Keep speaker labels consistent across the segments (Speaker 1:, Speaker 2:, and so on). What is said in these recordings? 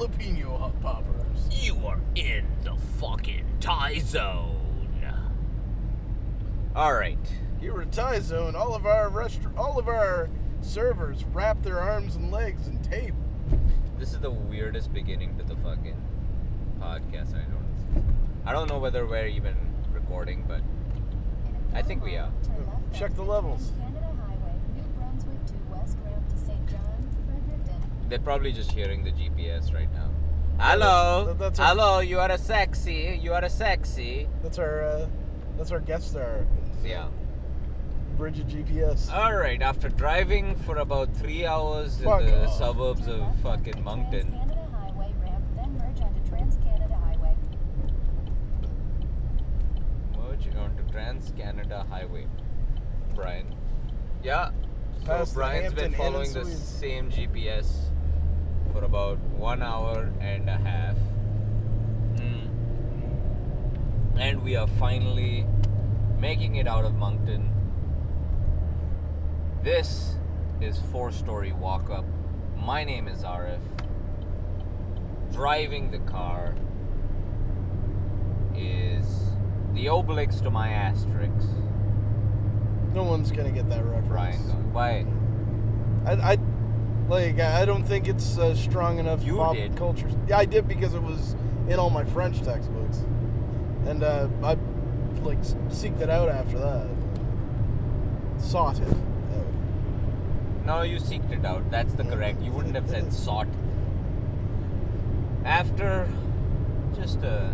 Speaker 1: jalapeno hot poppers.
Speaker 2: You are in the fucking tie zone. All right.
Speaker 1: Here at Thai Zone, all of our restaurant, all of our servers wrap their arms and legs in tape.
Speaker 3: This is the weirdest beginning to the fucking podcast. I know. I don't know whether we're even recording, but
Speaker 4: I think we are.
Speaker 1: Check the levels.
Speaker 3: they're probably just hearing the GPS right now. Hello,
Speaker 1: That- that's a-
Speaker 3: hello. You are a sexy. You are a sexy.
Speaker 1: That's our uh, that's our guest star.
Speaker 3: Yeah. Uh.
Speaker 1: Bridget GPS.
Speaker 3: All right. After driving for about three hours
Speaker 1: Fuck
Speaker 3: in the
Speaker 1: off.
Speaker 3: suburbs of fucking Moncton, merge onto Trans Canada Highway. Brian. Yeah. So
Speaker 1: Past the
Speaker 3: Brian's been
Speaker 1: Hampton Inn and
Speaker 3: following the
Speaker 1: Suites.
Speaker 3: same GPS for about one hour and a half. Mm. And we are finally making it out of Moncton. This is four story walk up. My name is RF. Driving the car is the obelix to my asterisk.
Speaker 1: no one's gonna get that reference.
Speaker 3: Brian going, why?
Speaker 1: I, I like I don't think it's uh, strong enough
Speaker 3: You
Speaker 1: pop
Speaker 3: did.
Speaker 1: culture. Yeah, I did because it was in all my French textbooks, and uh, I like s- seeked it out after that. Sought it. out.
Speaker 3: No, you seeked it out. That's the correct. You wouldn't have said sought. After just a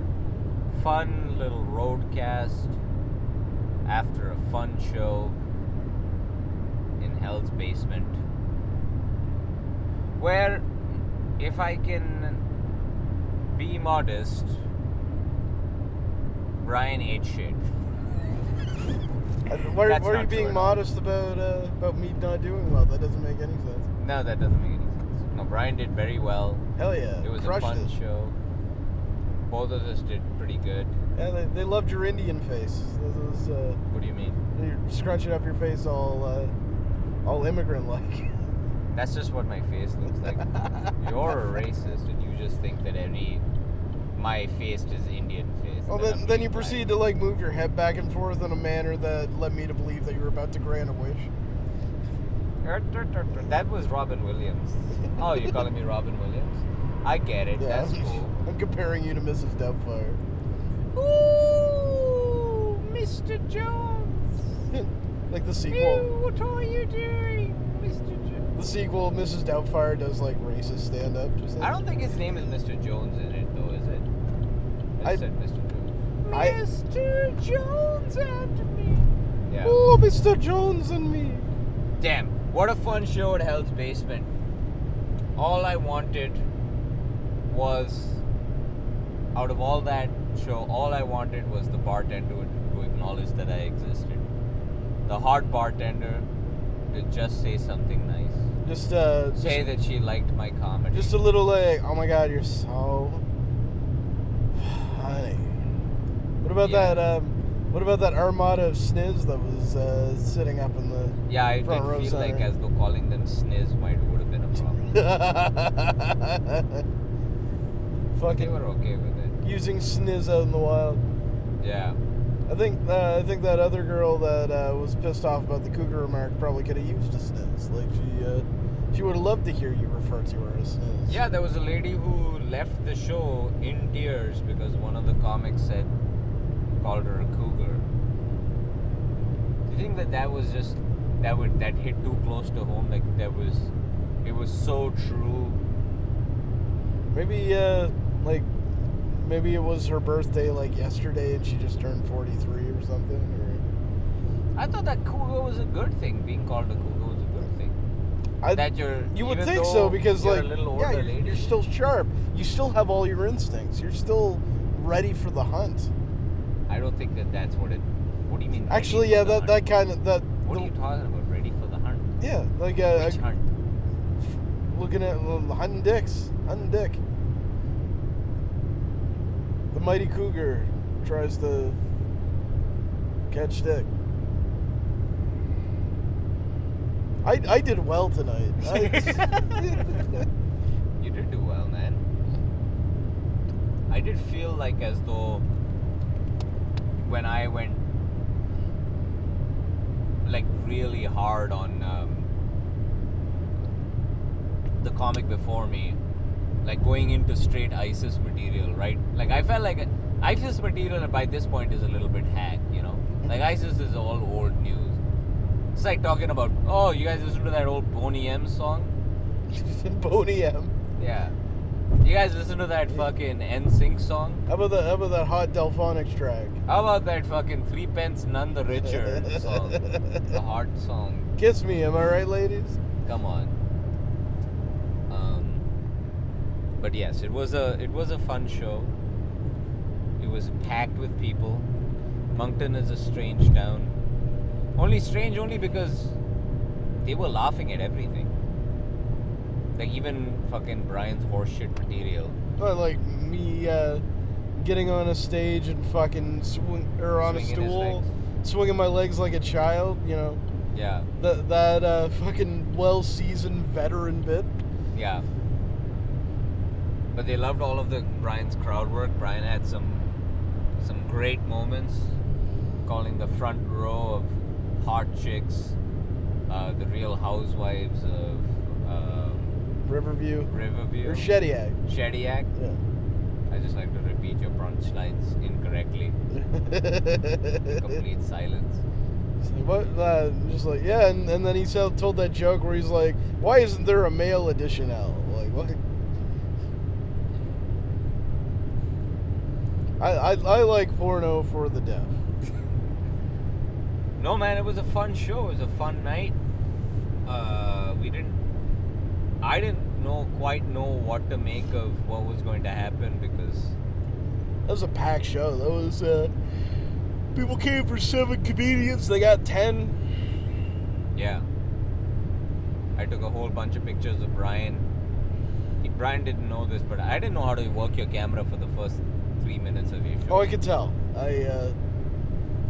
Speaker 3: fun little roadcast, after a fun show in Hell's Basement, where, if I can be modest, Brian ate
Speaker 1: I,
Speaker 3: shit.
Speaker 1: why,
Speaker 3: That's
Speaker 1: why are you
Speaker 3: not true
Speaker 1: being
Speaker 3: at all.
Speaker 1: modest about uh, about me not doing well? That doesn't make any sense.
Speaker 3: No, that doesn't make any sense. No, Brian did very well.
Speaker 1: Hell yeah,
Speaker 3: It was a
Speaker 1: crushed
Speaker 3: fun
Speaker 1: it.
Speaker 3: show. Both of us did pretty good.
Speaker 1: Yeah, they, they loved your Indian face. It was, uh,
Speaker 3: What do you mean?
Speaker 1: you're scrunching up your face all uh, all immigrant like.
Speaker 3: That's just what my face looks like. You're a racist, and you just think that any my face is Indian face.
Speaker 1: Well,
Speaker 3: that
Speaker 1: then,
Speaker 3: I'm
Speaker 1: then you
Speaker 3: being
Speaker 1: proceed to
Speaker 3: black.
Speaker 1: like move your head back and forth in a manner that led me to believe that you were about to grant a wish.
Speaker 3: Er, That was Robin Williams. Oh, you're calling me Robin Williams? I get it. That's cool.
Speaker 1: I'm comparing you to Mrs. Doubtfire.
Speaker 3: Ooh, Mr. Jones.
Speaker 1: like the sequel,
Speaker 3: what are you doing, Mr. Jones?
Speaker 1: the sequel, Mrs. Doubtfire does like racist stand up. Just like,
Speaker 3: I don't think his name is Mr. Jones in it, though, is it? It
Speaker 1: I-
Speaker 3: said Mr. Jones.
Speaker 1: I-
Speaker 3: Mr. Jones and me. Yeah.
Speaker 1: Oh, Mr. Jones and me.
Speaker 3: Damn, what a fun show at Hell's Basement. All I wanted was, out of all that show, all I wanted was the bartender to acknowledge that I existed. The hard bartender to just say something nice.
Speaker 1: Just uh, just,
Speaker 3: Say that she liked my comedy.
Speaker 1: just a little like, oh my God, you're so funny. What about
Speaker 3: Yeah.
Speaker 1: that? Um, what about that armada of sniz that was uh, sitting up in the?
Speaker 3: Yeah, I did
Speaker 1: Front row
Speaker 3: feel like
Speaker 1: center.
Speaker 3: as though calling them sniz might would have been a problem. But they
Speaker 1: Fucking
Speaker 3: were okay with it.
Speaker 1: using sniz out in the wild.
Speaker 3: Yeah.
Speaker 1: I think uh, I think that other girl that uh, was pissed off about the cougar remark probably could have used a sniz. Like she uh, she would have loved to hear you refer to her as sniz.
Speaker 3: Yeah, there was a lady who left the show in tears because one of the comics said called her a cougar. Do you think that that was just that would that hit too close to home? Like that was it was so true.
Speaker 1: Maybe uh, like maybe it was her birthday like yesterday and she just turned 43 or something.
Speaker 3: I thought that cougar was a good thing. Being called a cougar was a good thing.
Speaker 1: Or I,
Speaker 3: that you're
Speaker 1: you would
Speaker 3: even
Speaker 1: think
Speaker 3: though
Speaker 1: so because
Speaker 3: you're
Speaker 1: like
Speaker 3: a little older
Speaker 1: yeah, you're,
Speaker 3: lady,
Speaker 1: you're still sharp. You still have all your instincts. You're still ready for the hunt.
Speaker 3: I don't think that that's what it. What do you mean? ready
Speaker 1: Actually,
Speaker 3: for
Speaker 1: yeah, that
Speaker 3: the hunt?
Speaker 1: that kind of that
Speaker 3: What are you talking about? Ready for the hunt?
Speaker 1: yeah, like uh,
Speaker 3: Which hunt?
Speaker 1: looking at well, hunting dicks, hunting dick. The mighty cougar tries to catch dick. I, I did well tonight. I,
Speaker 3: You did do well, man. did feel like as though when I went like really hard on um, the comic before me, like going into straight ISIS material, right? Like I felt like ISIS material by this point is a little bit hack, you know. Like ISIS is all old news. It's like talking about, oh, you guys listen to that old Boney M song?
Speaker 1: Boney M.
Speaker 3: Yeah. You guys listen to that fucking NSYNC song?
Speaker 1: How about that? How about that hot Delphonics track?
Speaker 3: How about that fucking Three Pence None the Richer song? the heart song.
Speaker 1: Kiss me, am I right, ladies?
Speaker 3: Come on. Um, but yes, it was a it was a fun show. It was packed with people. Moncton is a strange town. Only strange only because they were laughing at everything. Like even fucking Brian's horseshit material.
Speaker 1: But like me uh, getting on a stage and fucking swing or on
Speaker 3: Swinging
Speaker 1: a
Speaker 3: his
Speaker 1: stool, swinging my legs like a child. You know
Speaker 3: Yeah.
Speaker 1: that that uh, fucking well-seasoned veteran bit.
Speaker 3: Yeah. But they loved all of the Brian's crowd work. Brian had some some great moments, calling the front row of hot chicks, uh, the Real Housewives of um,
Speaker 1: Riverview
Speaker 3: Riverview,
Speaker 1: or Shediac.
Speaker 3: Shediac. I just like to repeat your punchlines incorrectly.
Speaker 1: Yeah.
Speaker 3: Complete silence.
Speaker 1: So What? Uh, just like yeah, and, and then he said, told that joke where he's like, "Why isn't there a male edition out?" Like what? I, I, I like porno for the deaf.
Speaker 3: No, man, it was a fun show. It was a fun night. Uh, we didn't. I didn't know quite know what to make of what was going to happen because
Speaker 1: That was a packed show. That was uh, people came for seven comedians. They got ten.
Speaker 3: yeah, I took a whole bunch of pictures of Brian. He, Brian didn't know this, but I didn't know how to work your camera for the first three minutes of your show.
Speaker 1: Oh, I could tell. I uh,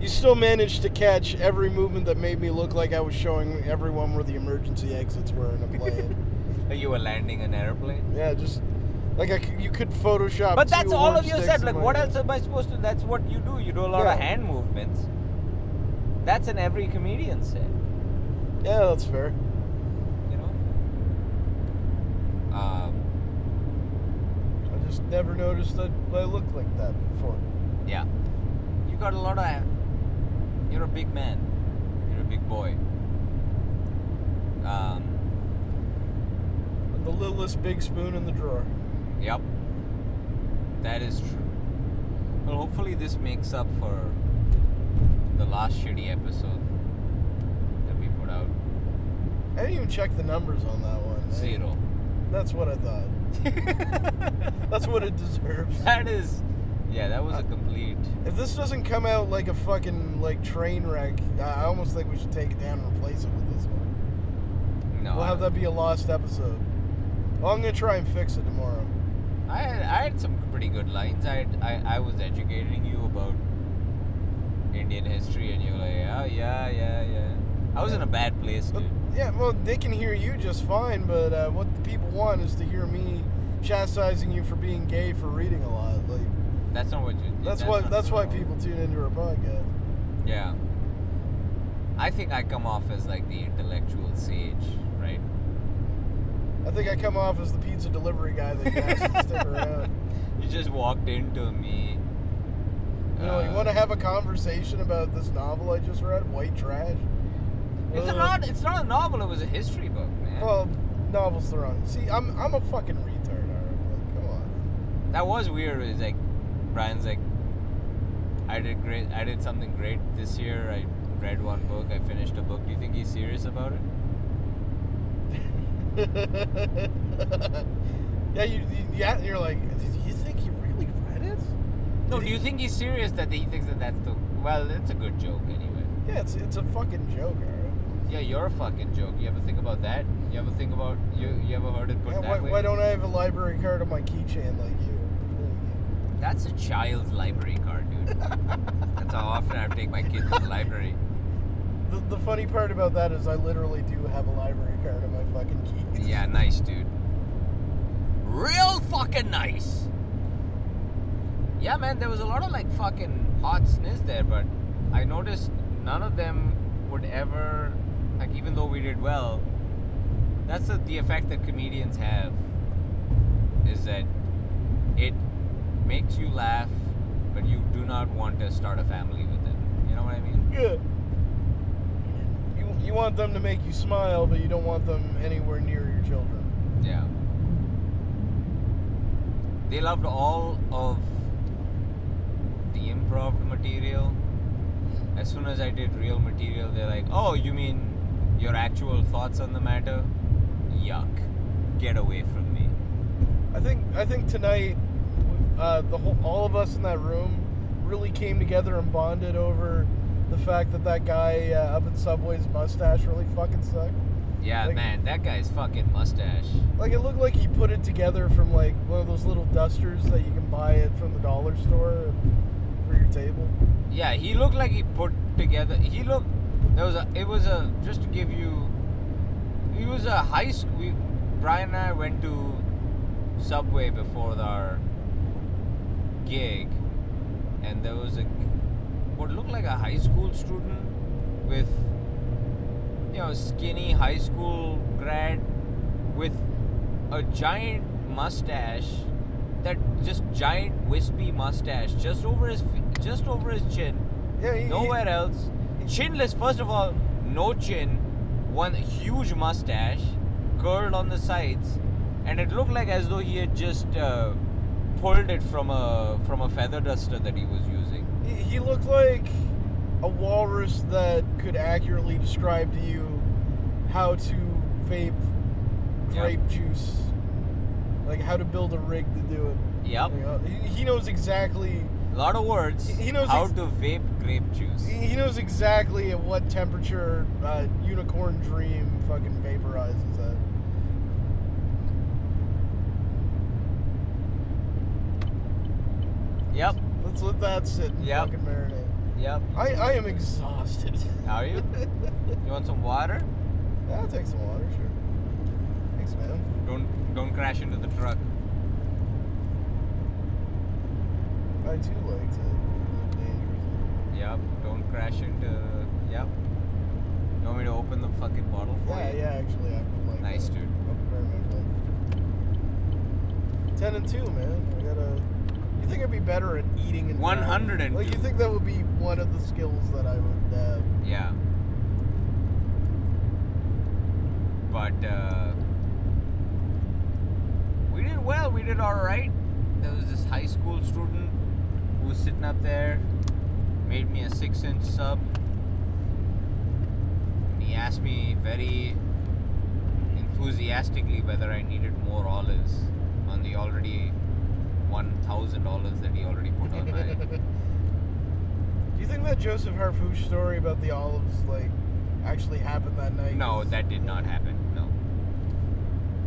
Speaker 1: you still managed to catch every movement that made me look like I was showing everyone where the emergency exits were in a plane.
Speaker 3: Like you were landing an airplane.
Speaker 1: Yeah, just like I c you could Photoshop.
Speaker 3: But that's
Speaker 1: two
Speaker 3: all of
Speaker 1: orange
Speaker 3: you
Speaker 1: sticks
Speaker 3: said.
Speaker 1: in
Speaker 3: Like,
Speaker 1: my
Speaker 3: what
Speaker 1: hand.
Speaker 3: else am I supposed to? That's what you do. You do a lot of
Speaker 1: Yeah.
Speaker 3: hand movements. That's an every comedian set.
Speaker 1: Yeah, that's fair.
Speaker 3: you know. Um,
Speaker 1: I just never noticed that I looked like that before.
Speaker 3: yeah. You got a lot of. You're a big man. You're a big boy. Um,
Speaker 1: I'm the littlest big spoon in the drawer.
Speaker 3: yep. That is true. Well, hopefully this makes up for the last shitty episode that we put out.
Speaker 1: I didn't even check the numbers on that one.
Speaker 3: Zero.
Speaker 1: That's what I thought. That's what it deserves.
Speaker 3: That is. Yeah, that
Speaker 1: Uh,
Speaker 3: was a complete.
Speaker 1: If this doesn't come out like a fucking like train wreck, I I almost think we should take it down and replace it with this one.
Speaker 3: No.
Speaker 1: we'll have that be a lost episode. Well, I'm gonna try and fix it tomorrow.
Speaker 3: I had, I had some pretty good lines. I, had- I I was educating you about Indian history, and you were like, oh yeah, yeah, yeah. I was in a bad place,
Speaker 1: But,
Speaker 3: dude.
Speaker 1: yeah, well, they can hear you just fine, but uh, what the people want is to hear me chastising you for being gay for reading a lot. Like
Speaker 3: That's not what you.
Speaker 1: that's why
Speaker 3: not
Speaker 1: that's
Speaker 3: what
Speaker 1: why
Speaker 3: I want.
Speaker 1: people tune into our podcast.
Speaker 3: Yeah. I think I come off as like the intellectual sage, right?
Speaker 1: I think I come off as the pizza delivery guy that you asked to stick around.
Speaker 3: You just walked into me.
Speaker 1: You know, you
Speaker 3: uh,
Speaker 1: want to have a conversation about this novel I just read, White Trash?
Speaker 3: It's
Speaker 1: Ugh.
Speaker 3: not. It's not a novel. It was a history book, man.
Speaker 1: Well, novels the wrong. See, I'm I'm a fucking retard. all right? Like, come on.
Speaker 3: That was weird. It's like Brian's like, I did great. I did something great this year. I read one book. I finished a book. Do you think he's serious about it?
Speaker 1: yeah, you, you yeah, you're like, "Do you think you really read it?
Speaker 3: No. Do you think he's serious that he thinks that that's the well? It's a good joke anyway.
Speaker 1: Yeah, it's it's a fucking joke, alright.
Speaker 3: Yeah, you're a fucking joke. You ever think about that? You ever think about you? You ever heard it put
Speaker 1: Yeah,
Speaker 3: that
Speaker 1: why,
Speaker 3: way?
Speaker 1: why don't I have a library card on my keychain like you?
Speaker 3: That's a child's library card, dude. that's how often I take my kid to the library.
Speaker 1: The, the funny part about that is I literally do have a library card on my fucking key.
Speaker 3: Yeah, nice, dude.
Speaker 2: Real fucking nice.
Speaker 3: Yeah, man, there was a lot of like fucking hot sniz there, but I noticed none of them would ever like even though we did well. That's the, the effect that comedians have is that it makes you laugh, but you do not want to start a family with them. You know what I mean?
Speaker 1: Yeah. You, you want them to make you smile, but you don't want them anywhere near your children.
Speaker 3: Yeah. They loved all of the improv material. As soon as I did real material, they're like, oh, you mean your actual thoughts on the matter? Yuck. Get away from me.
Speaker 1: I think I think tonight, uh, the whole all of us in that room really came together and bonded over the fact that that guy uh, up in Subway's mustache really fucking sucked.
Speaker 3: Yeah,
Speaker 1: Like-
Speaker 3: man, that guy's fucking mustache.
Speaker 1: Like it looked like he put it together from like one of those little dusters that you can buy it from the dollar store for your table.
Speaker 3: Yeah, he looked like he put together. He looked. There was a. It was a. Just to give you. He was a high school. We, Brian and I went to Subway before our gig, and there was a what looked like a high school student with you know skinny high school grad with a giant mustache that just giant wispy mustache just over his f- just over his chin
Speaker 1: Yeah, he,
Speaker 3: nowhere else. Chinless, first of all, no chin, one huge mustache, curled on the sides, and it looked like as though he had just uh, pulled it from a from a feather duster that he was using.
Speaker 1: He, he looked like a walrus that could accurately describe to you how to vape
Speaker 3: Yeah.
Speaker 1: grape juice, like how to build a rig to do it.
Speaker 3: Yep,
Speaker 1: You know, he, he knows exactly.
Speaker 3: a lot of words.
Speaker 1: He- he knows
Speaker 3: how
Speaker 1: ex-
Speaker 3: to vape grape juice.
Speaker 1: He he knows exactly at what temperature uh, unicorn dream fucking vaporizes at.
Speaker 3: Yep,
Speaker 1: Let's let that sit and
Speaker 3: Yep.
Speaker 1: fucking marinate.
Speaker 3: yep.
Speaker 1: I, I am exhausted.
Speaker 3: How are you? You want some water?
Speaker 1: I'll take some water, sure. Thanks, man.
Speaker 3: Don't don't crash into the truck.
Speaker 1: I too like to live dangerously.
Speaker 3: Yep, don't crash into. Yep. You want me to open the fucking bottle for
Speaker 1: Yeah,
Speaker 3: you?
Speaker 1: yeah, actually, I would like
Speaker 3: Nice,
Speaker 1: that. I
Speaker 3: dude.
Speaker 1: would very much like that. 10 and 2, man. I gotta. You think I'd be better at eating and
Speaker 3: 100
Speaker 1: driving?
Speaker 3: and
Speaker 1: Like, you
Speaker 3: two.
Speaker 1: think that would be one of the skills that I would have?
Speaker 3: Yeah. But uh, we did well. We did all right. There was this high school student who was sitting up there, made me a six-inch sub, and he asked me very enthusiastically whether I needed more olives on the already one thousand olives that he already put on my.
Speaker 1: Do you think that Joseph Harfouche story about the olives, like, actually happened that night?
Speaker 3: no, that did not happen. No.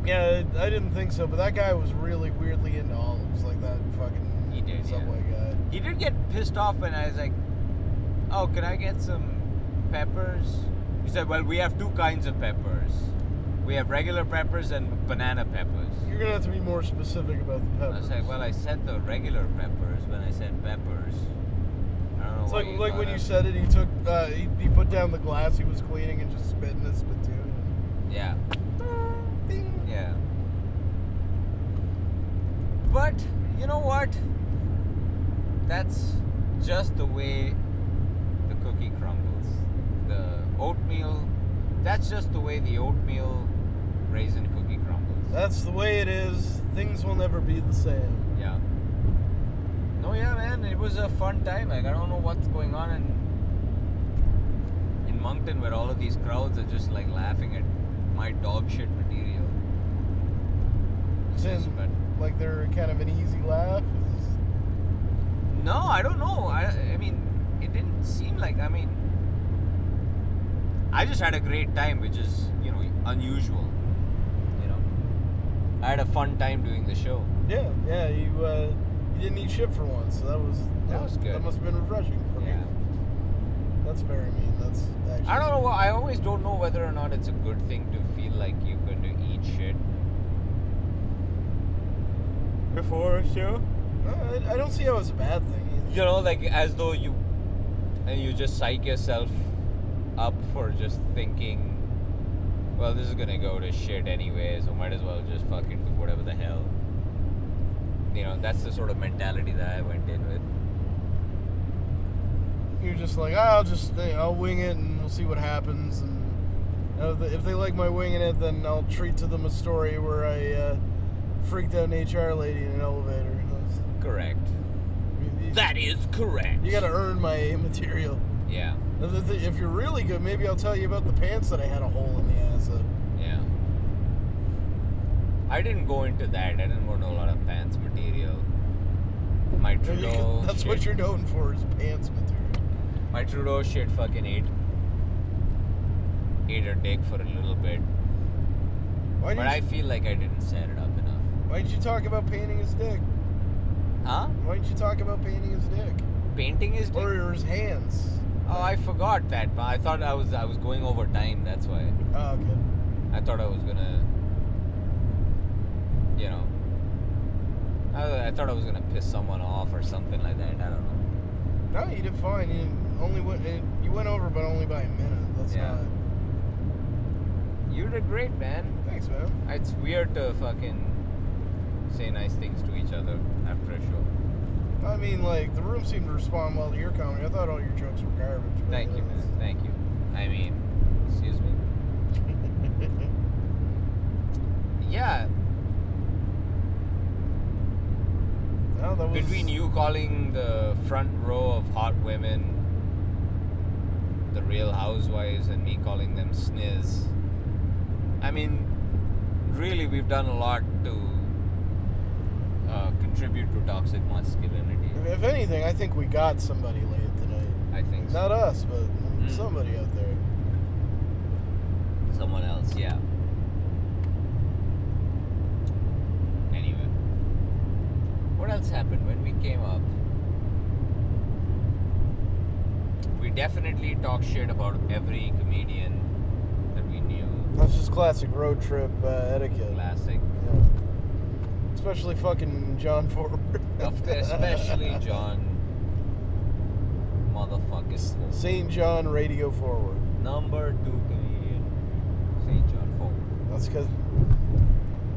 Speaker 1: Yeah, I didn't think so, but that guy was really weirdly into olives, like that fucking
Speaker 3: He did, yeah.
Speaker 1: subway guy.
Speaker 3: He did get pissed off when I was like, "Oh, can I get some peppers?" He said, "Well, we have two kinds of peppers. We have regular peppers and banana peppers."
Speaker 1: You're gonna have to be more specific about the
Speaker 3: I
Speaker 1: peppers.
Speaker 3: was like, "Well, I said the regular peppers when I said peppers. I don't know."
Speaker 1: it's
Speaker 3: why
Speaker 1: like
Speaker 3: you
Speaker 1: like
Speaker 3: thought
Speaker 1: when
Speaker 3: I-
Speaker 1: you said it, he took uh, he, he put down the glass he was cleaning and just spit in his spittoon.
Speaker 3: "Yeah,
Speaker 1: Ding.
Speaker 3: yeah." But you know what? That's just the way the cookie crumbles. The oatmeal, that's just the way the oatmeal raisin cookie crumbles.
Speaker 1: That's the way it is. Things will never be the same.
Speaker 3: Yeah. No, yeah, man, it was a fun time. Like, I don't know what's going on in, in Moncton where all of these crowds are just like laughing at my dog shit material.
Speaker 1: It's
Speaker 3: Yes,
Speaker 1: in-
Speaker 3: but-
Speaker 1: like they're kind of an easy laugh. It's just-
Speaker 3: No, I don't know. I, I mean, it didn't seem like. I mean, I just had a great time, which is you know unusual. You know, I had a fun time doing the show.
Speaker 1: Yeah, yeah. You uh, you didn't eat shit for once, so that was
Speaker 3: That was good.
Speaker 1: That must have been refreshing for
Speaker 3: Yeah.
Speaker 1: me. That's very mean. That's actually.
Speaker 3: I don't know. why- I always don't know whether or not it's a good thing to feel like you're going to eat shit before a show.
Speaker 1: No, I, I don't see how it's a bad thing either.
Speaker 3: You know, like as though you and you just psych yourself up for just thinking, well, this is gonna go to shit anyway, so might as well just fucking do whatever the hell. You know, that's the sort of mentality that I went in with.
Speaker 1: You're just like, "Ah, I'll just, you know, I'll wing it and we'll see what happens. And you know, if they- if they like my winging it, then I'll treat to them a story where I uh, freaked out an HR lady in an elevator. That's-
Speaker 3: Correct.
Speaker 1: you- you-
Speaker 2: That is correct.
Speaker 1: You gotta earn my material.
Speaker 3: Yeah.
Speaker 1: If- If if you're really good, maybe I'll tell you about the pants that I had a hole in the ass of.
Speaker 3: Yeah. I didn't go into that. I didn't go into a lot of pants material. My
Speaker 1: You
Speaker 3: Trudeau.
Speaker 1: know, That's
Speaker 3: shit,
Speaker 1: what you're known for is pants material.
Speaker 3: My Trudeau shit fucking ate. Ate her dick for a little bit.
Speaker 1: Why
Speaker 3: But
Speaker 1: did
Speaker 3: I
Speaker 1: you,
Speaker 3: feel like I didn't set it up enough.
Speaker 1: why'd you talk about painting his dick?
Speaker 3: Huh?
Speaker 1: Why'd you talk about painting his dick
Speaker 3: Painting his dick?
Speaker 1: or his hands?
Speaker 3: Oh, I forgot that. But I thought I was I was going over time. That's why.
Speaker 1: Oh, okay.
Speaker 3: I thought I was gonna. You know. I, I thought I was gonna piss someone off or something like that. I don't know.
Speaker 1: No, you did fine. You only went it, you went over, but only by a minute. That's
Speaker 3: Yeah.
Speaker 1: not.
Speaker 3: You did great, man.
Speaker 1: Thanks, man.
Speaker 3: It's weird to fucking say nice things to each other after a show.
Speaker 1: I mean, like the room seemed to respond well to your comedy. I thought all your jokes were garbage. but,
Speaker 3: Thank you,
Speaker 1: uh,
Speaker 3: man. Thank you. I mean, excuse me. Yeah,
Speaker 1: No, that was
Speaker 3: between you calling the front row of hot women the real housewives and me calling them sniz, I mean, really, we've done a lot to uh, contribute to toxic masculinity.
Speaker 1: If, if anything, I think we got somebody late tonight.
Speaker 3: I think so.
Speaker 1: Not us, but
Speaker 3: Mm.
Speaker 1: somebody out there.
Speaker 3: someone else. Yeah. Anyway, what else happened when we came up? We definitely talked shit about every comedian that we knew.
Speaker 1: That's just classic road trip uh, etiquette.
Speaker 3: Classic,
Speaker 1: Yeah. Especially fucking John Forward.
Speaker 3: Of- especially John. Motherfuckers. Ford.
Speaker 1: St. John Radio Forward.
Speaker 3: Number two comedian, St. John Ford.
Speaker 1: That's because.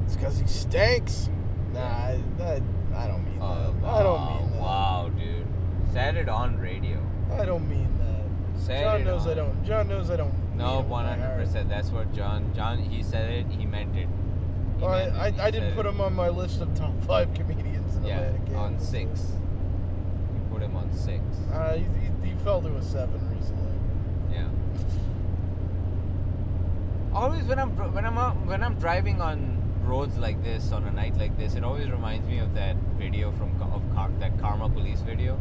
Speaker 1: It's because he stinks. Nah, I, I, I don't mean
Speaker 3: Oh,
Speaker 1: that.
Speaker 3: wow,
Speaker 1: I don't mean that.
Speaker 3: Wow, dude. Said it on radio.
Speaker 1: I don't mean that.
Speaker 3: Said
Speaker 1: John
Speaker 3: it
Speaker 1: knows
Speaker 3: on-
Speaker 1: I don't. John knows I don't.
Speaker 3: No,
Speaker 1: mean it
Speaker 3: one
Speaker 1: with my
Speaker 3: hundred
Speaker 1: heart.
Speaker 3: percent. That's what John. John. He said it. He meant it. He
Speaker 1: Well, I,
Speaker 3: meant it,
Speaker 1: I,
Speaker 3: he
Speaker 1: I
Speaker 3: said
Speaker 1: didn't put
Speaker 3: it.
Speaker 1: him on my list of top five comedians in
Speaker 3: Yeah,
Speaker 1: Atlantic.
Speaker 3: on six. You put him on six.
Speaker 1: Uh, he, he, he fell to a seven recently.
Speaker 3: Yeah. Always when I'm dr- when I'm out- when I'm driving on roads like this on a night like this, it always reminds me of that video from Ka- of Car- that Karma Police video.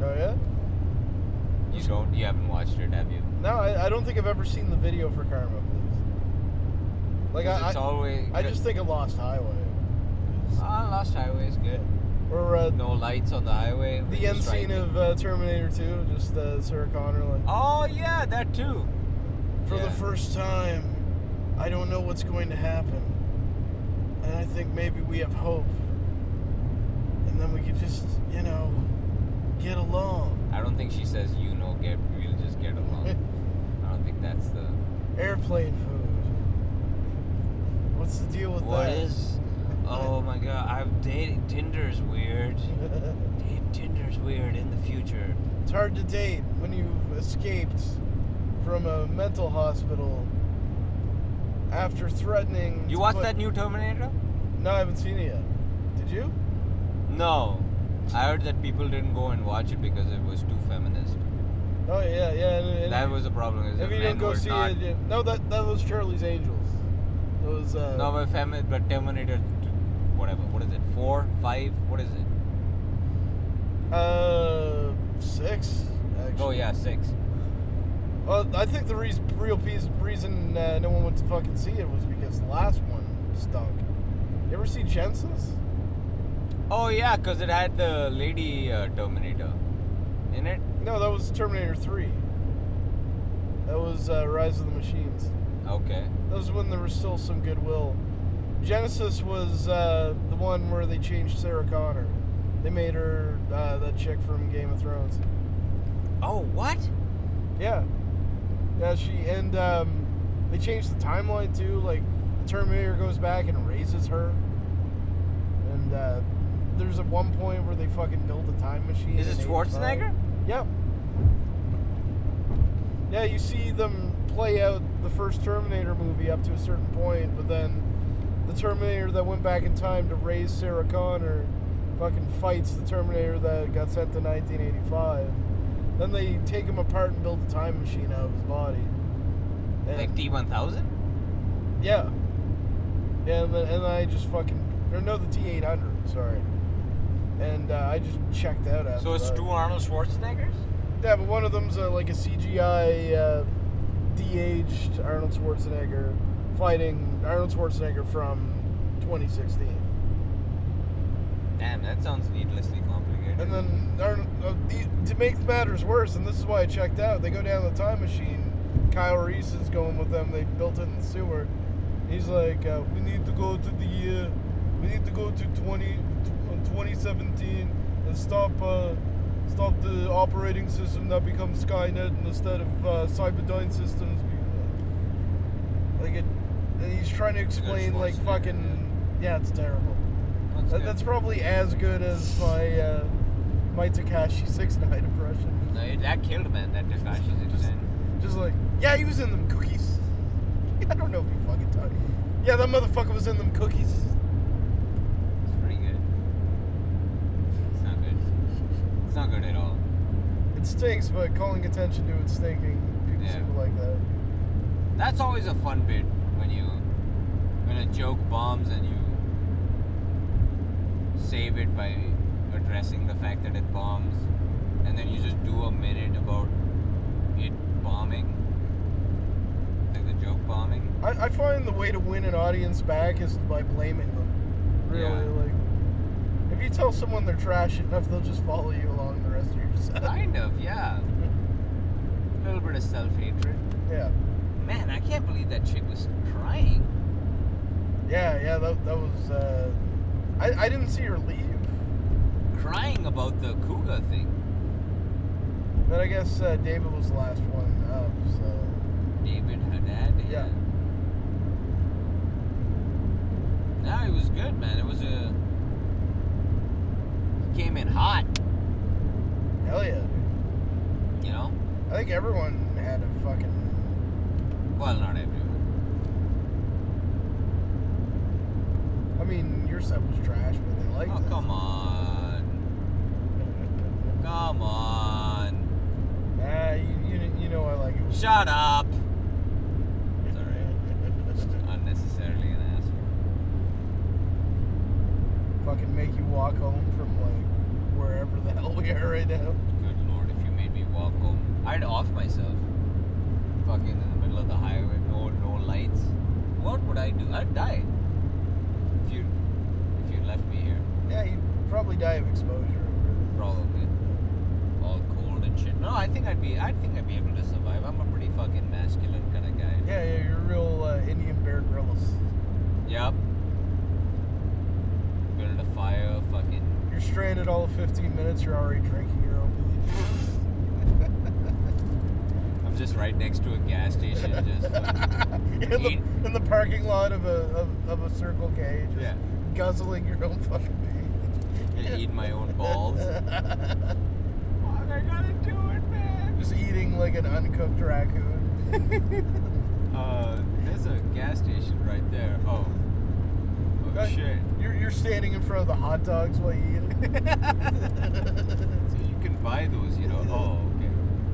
Speaker 1: Oh yeah?
Speaker 3: You don't. You haven't watched it, have you?
Speaker 1: No, I, I don't think I've ever seen the video for Karma Police. Like
Speaker 3: 'Cause
Speaker 1: I,
Speaker 3: it's
Speaker 1: I,
Speaker 3: always.
Speaker 1: I just think of Lost Highway.
Speaker 3: Ah, Lost Highway is good.
Speaker 1: Or uh,
Speaker 3: No lights on the highway.
Speaker 1: the
Speaker 3: which
Speaker 1: end
Speaker 3: is
Speaker 1: scene
Speaker 3: frightening.
Speaker 1: of uh, Terminator 2, just uh, Sarah Connor like,
Speaker 3: Oh yeah, that too.
Speaker 1: for
Speaker 3: yeah.
Speaker 1: the first time, I don't know what's going to happen, and I think maybe we have hope, and then we could just, you know, get along.
Speaker 3: I don't think she says you know get we'll just get along. I don't think that's the
Speaker 1: Airplane food. What's the deal with
Speaker 3: What
Speaker 1: that?
Speaker 3: is? Oh my god, I've dated Tinder's weird. Date Tinder's weird in the future.
Speaker 1: It's hard to date when you've escaped from a mental hospital after threatening.
Speaker 3: You
Speaker 1: to
Speaker 3: watched
Speaker 1: put-
Speaker 3: that new Terminator?
Speaker 1: No, I haven't seen it yet. Did you?
Speaker 3: No. I heard that people didn't go and watch it because it was too feminist.
Speaker 1: Oh yeah, yeah. and- and-
Speaker 3: That was the problem. Is
Speaker 1: If
Speaker 3: that
Speaker 1: you
Speaker 3: men
Speaker 1: didn't go
Speaker 3: were
Speaker 1: see
Speaker 3: not,
Speaker 1: it, it- no, that that was Charlie's Angels. It was uh,
Speaker 3: No, but feminist, but Terminator, t- whatever. What is it? Four, five? What is it?
Speaker 1: uh six. Actually.
Speaker 3: Oh yeah, six.
Speaker 1: Well, I think the reas real piece, reason uh, no one went to fucking see it was because the last one stunk. You ever see Jensen's?
Speaker 3: Oh yeah, because it had the lady uh, Terminator in it.
Speaker 1: No, that was Terminator Three. That was uh, Rise of the Machines.
Speaker 3: Okay.
Speaker 1: That was when there was still some goodwill Genesis was uh, the one where they changed Sarah Connor. They made her uh, that chick from Game of Thrones.
Speaker 3: Oh, what?
Speaker 1: Yeah, yeah. She and um, they changed the timeline too. Like the Terminator goes back and raises her, and uh, there's at one point where they fucking build a time machine.
Speaker 3: Is it
Speaker 1: in 85.
Speaker 3: Schwarzenegger?
Speaker 1: Yeah. Yeah, you see them play out the first Terminator movie up to a certain point, but then the Terminator that went back in time to raise Sarah Connor fucking fights the Terminator that got sent to 1985. Then they take him apart and build a time machine out of his body. And-
Speaker 3: Like T1000?
Speaker 1: yeah. Yeah, and then, and I just fucking or no the T eight hundred sorry, and uh, I just checked out after.
Speaker 3: So it's
Speaker 1: that.
Speaker 3: two Arnold Schwarzeneggers?
Speaker 1: Yeah, but one of them's uh, like a CGI uh, de-aged Arnold Schwarzenegger fighting Arnold Schwarzenegger from 2016,
Speaker 3: Damn, that sounds needlessly complicated.
Speaker 1: and then Arnold, uh, the- to make matters worse, and this is why I checked out. They go down the time machine. Kyle Reese is going with them. They built it in the sewer. He's like, uh, we need to go to the year, we need to go to 20, uh, 2017 and stop, uh, stop the operating system that becomes Skynet and instead of uh, Cyberdyne systems. be- Like it, and he's trying to explain like
Speaker 3: Schwarzenegger,
Speaker 1: fucking yeah, it's terrible.
Speaker 3: That's
Speaker 1: That,
Speaker 3: good.
Speaker 1: that's probably as good as my uh, my Takashi Six Nine impression.
Speaker 3: No, it- that killed man, that Takashi
Speaker 1: Just- Just like, yeah, he was in them cookies. I don't know if he fucking talked. Yeah, that motherfucker was in them cookies.
Speaker 3: It's pretty good. It's not good. It's not good at all.
Speaker 1: It stinks, but calling attention to it stinking, people
Speaker 3: Yeah.
Speaker 1: seem to like that.
Speaker 3: That's always a fun bit when you when a joke bombs and you save it by addressing the fact that it bombs and then you just do a minute about it bombing. Like the joke bombing.
Speaker 1: I, I find the way to win an audience back is by blaming them. Really,
Speaker 3: Yeah.
Speaker 1: like, if you tell someone they're trash enough, they'll just follow you along the rest of your set.
Speaker 3: Kind of, yeah. A little bit of self hatred.
Speaker 1: Yeah,
Speaker 3: Man, I can't believe that chick was crying.
Speaker 1: yeah, yeah. That, that was. Uh, I I didn't see her leave,
Speaker 3: Crying about the Kuga thing.
Speaker 1: but I guess uh, David was the last one up. So
Speaker 3: David Haddad.
Speaker 1: Yeah.
Speaker 3: No, it was good, man. It was a. He came in hot,
Speaker 1: hell yeah. dude.
Speaker 3: you know?
Speaker 1: I think everyone had a fucking.
Speaker 3: Well, not everyone.
Speaker 1: I mean, your set was trash, but they liked
Speaker 3: Oh,
Speaker 1: it.
Speaker 3: come on. Come on.
Speaker 1: Ah, you, you, you know I like it.
Speaker 3: Shut up. It's alright.
Speaker 1: alright.
Speaker 3: Unnecessarily an asshole.
Speaker 1: fucking make you walk home from like wherever the hell we are right now.
Speaker 3: Good lord, if you made me walk home, I'd off myself. Fucking in the middle of the highway, no no lights. What would I do? I'd die. If you if you left me here.
Speaker 1: Yeah, you probably die of exposure.
Speaker 3: Probably. All cold and shit. No, I think I'd be. I think I'd be able to survive. I'm a pretty fucking masculine kind of guy.
Speaker 1: Yeah, yeah, you're a real uh, Indian Bear Grylls.
Speaker 3: Yep. Build a fire. Fucking.
Speaker 1: You're stranded all of 15 minutes. You're already drinking your own
Speaker 3: I'm just right next to a gas station. Just.
Speaker 1: bleach. in, the, in the parking lot of a of, of a Circle K, just
Speaker 3: Yeah.
Speaker 1: guzzling your own fucking
Speaker 3: yeah, eat my own balls. Fuck! I gotta do it,
Speaker 1: pee.
Speaker 3: man.
Speaker 1: Just eating like an uncooked raccoon.
Speaker 3: Uh, there's a gas station right there. Oh. Oh
Speaker 1: Uh,
Speaker 3: shit.
Speaker 1: You're, you're standing in front of the hot dogs while you eat it.
Speaker 3: So you can buy those, you know. Oh, okay.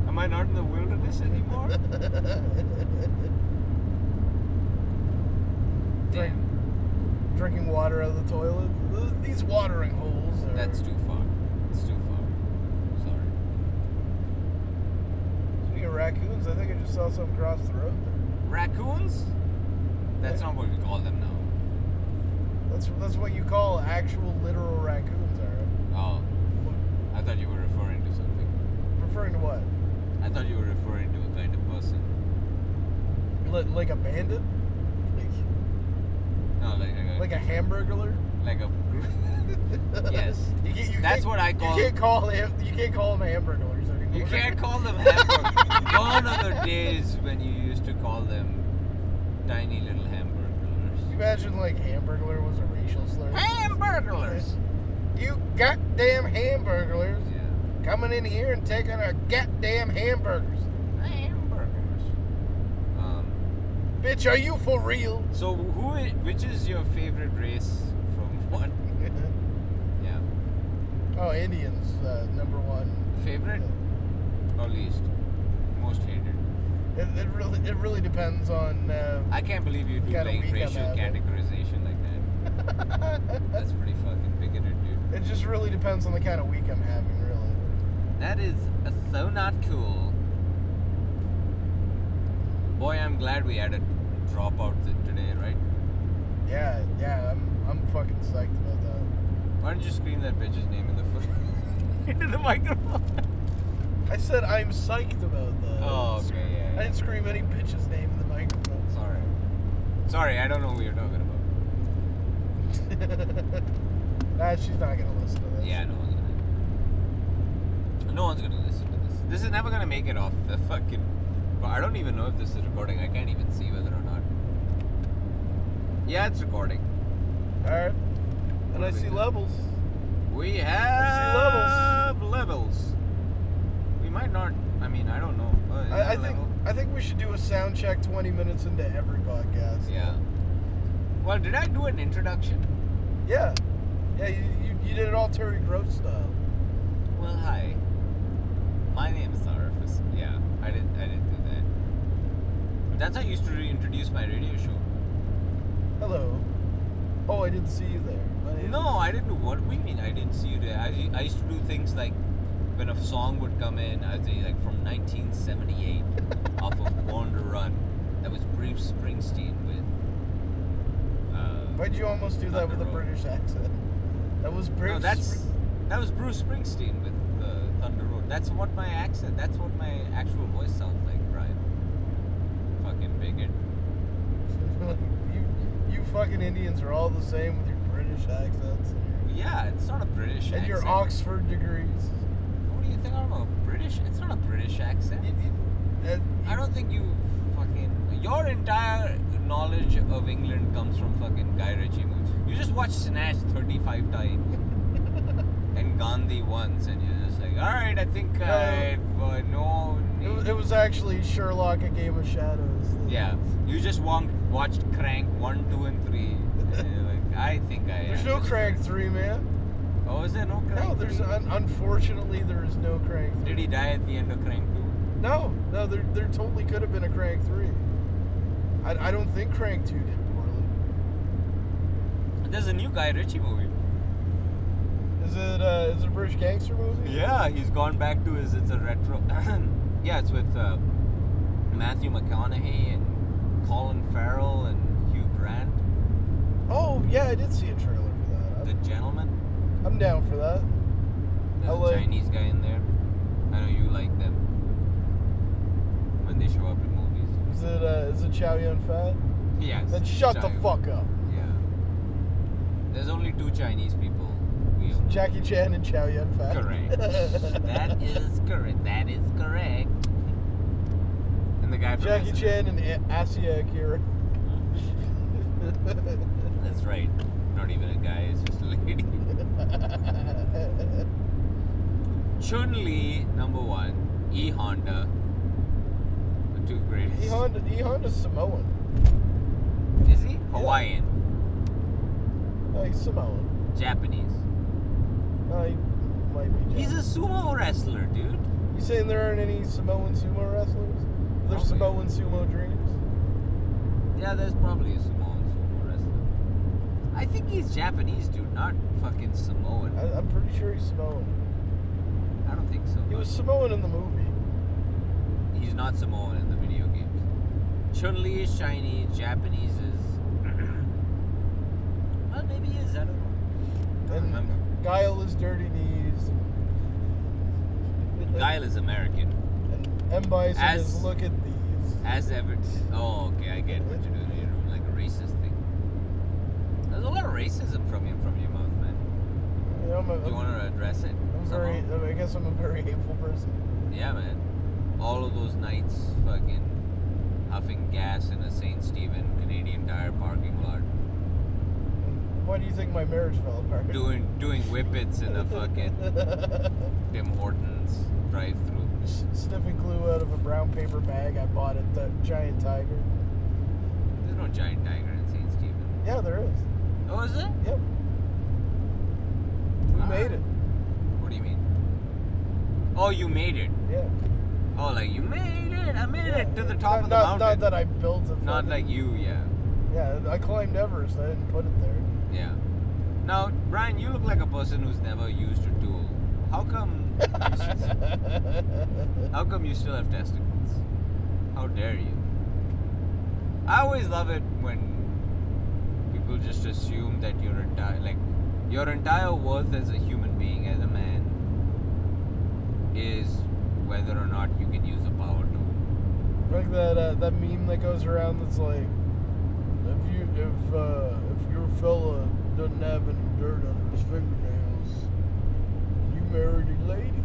Speaker 3: Am I not in the wilderness anymore? Damn.
Speaker 1: Drinking water out of the toilet. Th- These watering holes are.
Speaker 3: That's too far. It's too far. Sorry.
Speaker 1: Speaking of raccoons, I think I just saw some cross the road there.
Speaker 3: Raccoons? That's not what we call them now.
Speaker 1: That's that's what you call actual literal raccoons, are.
Speaker 3: Oh, I thought you were referring to something.
Speaker 1: Referring to what?
Speaker 3: I thought you were referring to a kind of person.
Speaker 1: Li- Like, a bandit? Like,
Speaker 3: No, like a,
Speaker 1: Like a hamburglar?
Speaker 3: like a yes.
Speaker 1: You can't, you
Speaker 3: That's
Speaker 1: can't-
Speaker 3: what I call-
Speaker 1: You can't call him. You can't call him a hamburglers anymore.
Speaker 3: You can't call them hamburger. Gone are the days when you used to call them tiny little
Speaker 1: Can you
Speaker 3: hamburglers.
Speaker 1: imagine like hamburglar was a racial slur.
Speaker 3: Hamburglers.
Speaker 1: You goddamn hamburglers
Speaker 3: Yeah.
Speaker 1: coming in here and taking our goddamn hamburgers.
Speaker 3: Hamburglers. Um,
Speaker 1: Bitch, are you for real?
Speaker 3: so who, i- which is your favorite race from what? Yeah.
Speaker 1: oh, Indians, uh, number one.
Speaker 3: Favorite or least? Most hated.
Speaker 1: It, it really, it really depends on. Uh,
Speaker 3: I can't believe you do
Speaker 1: Got a
Speaker 3: like
Speaker 1: week on
Speaker 3: racial
Speaker 1: that, man.
Speaker 3: categorization like that. That's pretty fucking bigoted, dude.
Speaker 1: it just really depends on the kind of week I'm having, really.
Speaker 3: That is uh, so not cool. Boy, I'm glad we had a dropout th- today, right?
Speaker 1: Yeah, yeah, I'm, I'm fucking psyched about that.
Speaker 3: Why don't you scream that bitch's name in the foot into the microphone?
Speaker 1: I said I'm psyched about that.
Speaker 3: Oh, okay, yeah, yeah.
Speaker 1: I didn't scream any bitch's name in the microphone.
Speaker 3: Sorry. Sorry, I don't know what you're talking about.
Speaker 1: nah, she's not gonna listen to this.
Speaker 3: Yeah, no one's gonna. No one's gonna listen to this. This is never gonna make it off the fucking. Well, I don't even know if this is recording. I can't even see whether or not. Yeah, it's recording.
Speaker 1: All right. And I
Speaker 3: do we
Speaker 1: see
Speaker 3: do?
Speaker 1: levels.
Speaker 3: We
Speaker 1: I
Speaker 3: have levels. We might not. I mean, I don't know. Uh, is there
Speaker 1: I, I
Speaker 3: a
Speaker 1: think
Speaker 3: level?
Speaker 1: I think we should do a sound check 20 minutes into every podcast.
Speaker 3: Yeah. Well, did I do an introduction?
Speaker 1: Yeah. Yeah. You, you, you did it all Terry Gross style.
Speaker 3: Well, hi. My name is Sarafis. Yeah, I did. I did do that. That's how I used to reintroduce my radio show.
Speaker 1: Hello. Oh, I didn't see you there. My name-
Speaker 3: No, I didn't do what do you mean I didn't see you there. I, I used to do things like when a song would come in, I'd say like from 1978 off of Born to Run. That was Brief Springsteen with. Uh,
Speaker 1: Why'd you almost do that with a
Speaker 3: Thunder Road.
Speaker 1: British accent? That was British.
Speaker 3: no, that's that was Bruce Springsteen with uh, Thunder Road. That's what my accent. That's what my actual voice sounds like, Brian. Fucking bigot.
Speaker 1: you, you fucking Indians are all the same with your British accents and your,
Speaker 3: Yeah, it's not a British accent.
Speaker 1: and your Oxford degrees.
Speaker 3: What do you think? I don't know. British? It's not a British accent.
Speaker 1: You- you- and-
Speaker 3: I don't think you fucking. Your entire knowledge of England comes from fucking Guy Ritchie movies. You just watch Snatch 35 times and Gandhi once, and you're just like, alright, I think
Speaker 1: No.
Speaker 3: I uh, know.
Speaker 1: It was, it was actually Sherlock A Game of Shadows.
Speaker 3: Yeah, you just wa- watched Crank 1, 2, and 3. and you're like, I think I.
Speaker 1: There's no Crank 3, man.
Speaker 3: Oh, is there no Crank?
Speaker 1: No, there's
Speaker 3: 3?
Speaker 1: un- unfortunately there is no Crank.
Speaker 3: Did he die at the end of Crank 2?
Speaker 1: No, no, there, there totally could have been a Crank 3. I, I don't think Crank 2 did poorly.
Speaker 3: There's a new Guy Ritchie movie.
Speaker 1: Is it uh, is it a British gangster movie?
Speaker 3: Yeah, he's gone back to his. It's a retro. yeah, it's with uh, Matthew McConaughey and Colin Farrell and Hugh Grant,
Speaker 1: Oh yeah, I did see a trailer for that. I'm,
Speaker 3: the gentleman.
Speaker 1: I'm down for that. I
Speaker 3: There's a
Speaker 1: like-
Speaker 3: Chinese guy in there. I know you like them when they show up in movies.
Speaker 1: Is it uh, is it Chow Yun Fat?
Speaker 3: Yes.
Speaker 1: Then shut the
Speaker 3: China.
Speaker 1: fuck up.
Speaker 3: Yeah. There's only two Chinese people. We
Speaker 1: Jackie Chan and Chow Yun Fat.
Speaker 3: Correct. that is correct. That is correct. And the guy from
Speaker 1: Jackie
Speaker 3: SNL.
Speaker 1: Chan and A- Asia Akira.
Speaker 3: That's right. Not even a guy, it's just a lady. Chun Li, number one. E Honda. The two greatest.
Speaker 1: E Honda, E Honda's Samoan.
Speaker 3: Is he? Hawaiian.
Speaker 1: No, he's Samoan.
Speaker 3: Japanese.
Speaker 1: No, he might be.
Speaker 3: He's a
Speaker 1: Japanese.
Speaker 3: sumo wrestler, dude.
Speaker 1: You saying there aren't any Samoan sumo wrestlers?
Speaker 3: Probably.
Speaker 1: There's Samoan sumo dreams.
Speaker 3: Yeah, there's probably a Samoan sumo wrestler. I think he's Japanese, dude, not fucking Samoan.
Speaker 1: I, I'm pretty sure he's Samoan.
Speaker 3: I don't think so.
Speaker 1: He
Speaker 3: but
Speaker 1: was Samoan in the movie.
Speaker 3: He's not Samoan in the video games. Chun Li is Chinese, Japanese is. well, maybe he is, I don't know. I don't remember.
Speaker 1: And Guile is dirty knees.
Speaker 3: Guile is American.
Speaker 1: And M Bison
Speaker 3: As-
Speaker 1: is look at these.
Speaker 3: As ever. Oh, okay, I get what you're doing. You're doing like a racist thing. There's a lot of racism from you from your mouth, man.
Speaker 1: You know, I'm a,
Speaker 3: Do you want to address it?
Speaker 1: I'm
Speaker 3: somehow?
Speaker 1: very, uh, I guess I'm a very hateful person.
Speaker 3: Yeah, man. All of those nights fucking huffing gas in a St. Stephen Canadian Tire parking lot.
Speaker 1: Why do you think my marriage fell apart?
Speaker 3: Doing doing whippets in a fucking Tim Hortons drive through.
Speaker 1: S- Sniffing glue out of a brown paper bag I bought at the Giant Tiger.
Speaker 3: There's no giant tiger in St. Stephen.
Speaker 1: Yeah, there is.
Speaker 3: Oh, is there?
Speaker 1: Yep. We
Speaker 3: Ah.
Speaker 1: made it.
Speaker 3: What do you mean? Oh, you made it.
Speaker 1: Yeah.
Speaker 3: Oh, like you made it. I made it to the
Speaker 1: Yeah.
Speaker 3: top
Speaker 1: not,
Speaker 3: of the
Speaker 1: not,
Speaker 3: mountain.
Speaker 1: Not that I built it.
Speaker 3: Not like you, yeah.
Speaker 1: Yeah, I climbed Everest. I didn't put it there.
Speaker 3: Yeah. Now, Brian, you look like a person who's never used a tool. How come? how come you still have testicles? How dare you? I always love it when people just assume that your entire like your entire worth as a human being, as a man, is whether or not you can use a power tool.
Speaker 1: Like that uh, that meme that goes around that's like, if you if uh, if your fella doesn't have any dirt under his fingernails, you married a lady.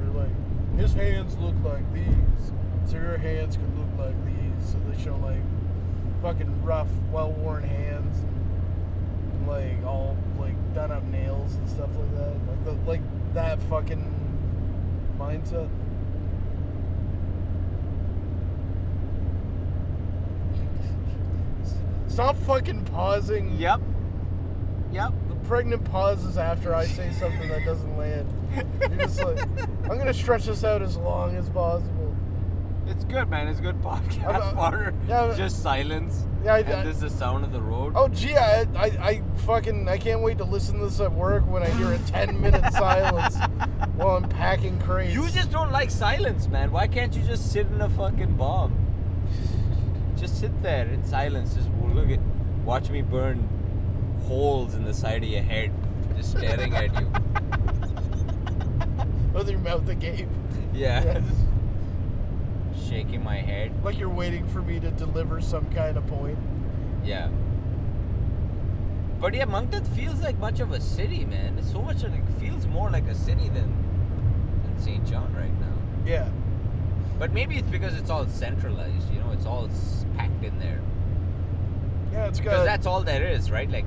Speaker 1: Or like, his hands look like these, so your hands can look like these. So they show like fucking rough, well-worn hands, and, like all like done up nails and stuff like that. Like the, like that fucking mindset. Stop fucking pausing.
Speaker 3: Yep. Yep.
Speaker 1: The pregnant pauses after I say something that doesn't land. You're just like, I'm gonna stretch this out as long as possible.
Speaker 3: It's good, man. It's good podcast
Speaker 1: I'm-
Speaker 3: for
Speaker 1: yeah, but-
Speaker 3: just silence.
Speaker 1: Yeah, I-
Speaker 3: and
Speaker 1: I-
Speaker 3: this is the sound of the road.
Speaker 1: Oh gee, I, I, I fucking I can't wait to listen to this at work when I hear a 10 minute silence while I'm packing crates.
Speaker 3: You just don't like silence, man. Why can't you just sit in a fucking bomb? Just sit there in silence. Just look at, watch me burn holes in the side of your head, just staring at you.
Speaker 1: with your mouth agape,
Speaker 3: Yeah,
Speaker 1: Yes.
Speaker 3: shaking my head.
Speaker 1: like you're waiting for me to deliver some kind of point.
Speaker 3: Yeah. But yeah, Moncton feels like much of a city, man. It's so much like feels more like a city than than St. John right now.
Speaker 1: Yeah,
Speaker 3: But maybe it's because it's all centralized. You know, it's all s- packed in there.
Speaker 1: yeah, it's got
Speaker 3: Because that's all there is, right? Like,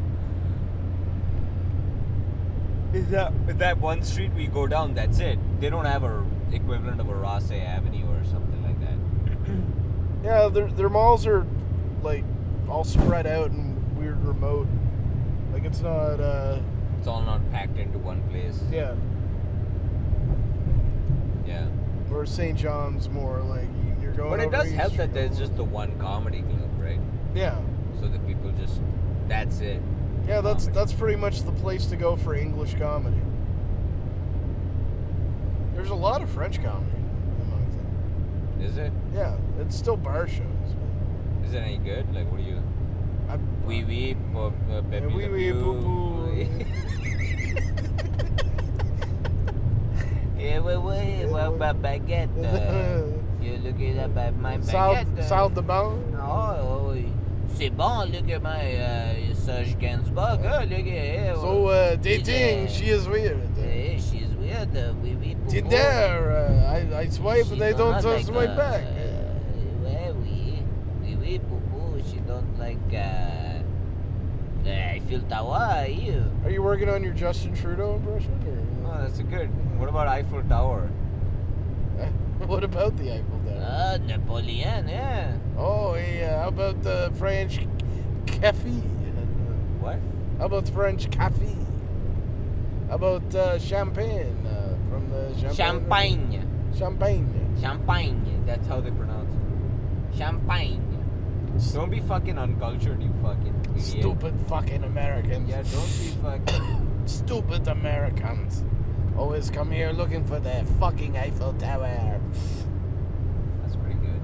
Speaker 3: is that that one street we go down? That's it. They don't have a equivalent of a Rosse Avenue or something like that.
Speaker 1: yeah. Their their malls are like all spread out and weird remote. Like it's not. uh
Speaker 3: It's all not packed into one place.
Speaker 1: Yeah.
Speaker 3: Yeah.
Speaker 1: or St. John's more like you- you're going.
Speaker 3: But it
Speaker 1: over
Speaker 3: does
Speaker 1: each-
Speaker 3: help that there's just the one comedy club, right?
Speaker 1: Yeah,
Speaker 3: So that people just that's it.
Speaker 1: yeah. That's
Speaker 3: Comedy.
Speaker 1: that's pretty much the place to go for English comedy. There's a lot of French comedy in Moncton.
Speaker 3: Is it?
Speaker 1: Yeah, it's still bar shows.
Speaker 3: Is it any good? Like, what do you?
Speaker 1: I,
Speaker 3: Wee wee, po- uh,
Speaker 1: Yeah,
Speaker 3: pepe
Speaker 1: wee
Speaker 3: le
Speaker 1: wee,
Speaker 3: pew.
Speaker 1: poo poo.
Speaker 3: Yeah, wee wee, well, my baguette. You're looking up at my
Speaker 1: South
Speaker 3: baguette. uh?
Speaker 1: South de Bon.
Speaker 3: Oh, oui. c'est bon, look at my uh, Serge Gainsbourg. Oh, look at him.
Speaker 1: So uh, dating,
Speaker 3: Yeah.
Speaker 1: she is weird.
Speaker 3: Eh, she's weird, uh, wee wee, poo poo.
Speaker 1: Tinder, uh, I, I swipe,
Speaker 3: She
Speaker 1: they don't
Speaker 3: not
Speaker 1: just
Speaker 3: like,
Speaker 1: swipe
Speaker 3: uh,
Speaker 1: back.
Speaker 3: Well, we, we, we, poo poo, she don't like, uh, I feel Tawa, you.
Speaker 1: Are you working on your Justin Trudeau impression?
Speaker 3: Oh,
Speaker 1: Or,
Speaker 3: that's a good. What about Eiffel Tower?
Speaker 1: what about the Eiffel Tower?
Speaker 3: Ah, Napoleon, yeah.
Speaker 1: Oh, yeah. How about the French cafe?
Speaker 3: What?
Speaker 1: How about French cafe? How about uh, champagne uh, from the champagne?
Speaker 3: Champagne.
Speaker 1: Champagne.
Speaker 3: Champagne. That's how they pronounce it. Champagne. Don't be fucking uncultured, you fucking idiot.
Speaker 1: Stupid fucking Americans.
Speaker 3: Yeah, don't be fucking.
Speaker 1: Stupid Americans. Always come here looking for their fucking Eiffel Tower.
Speaker 3: That's pretty good.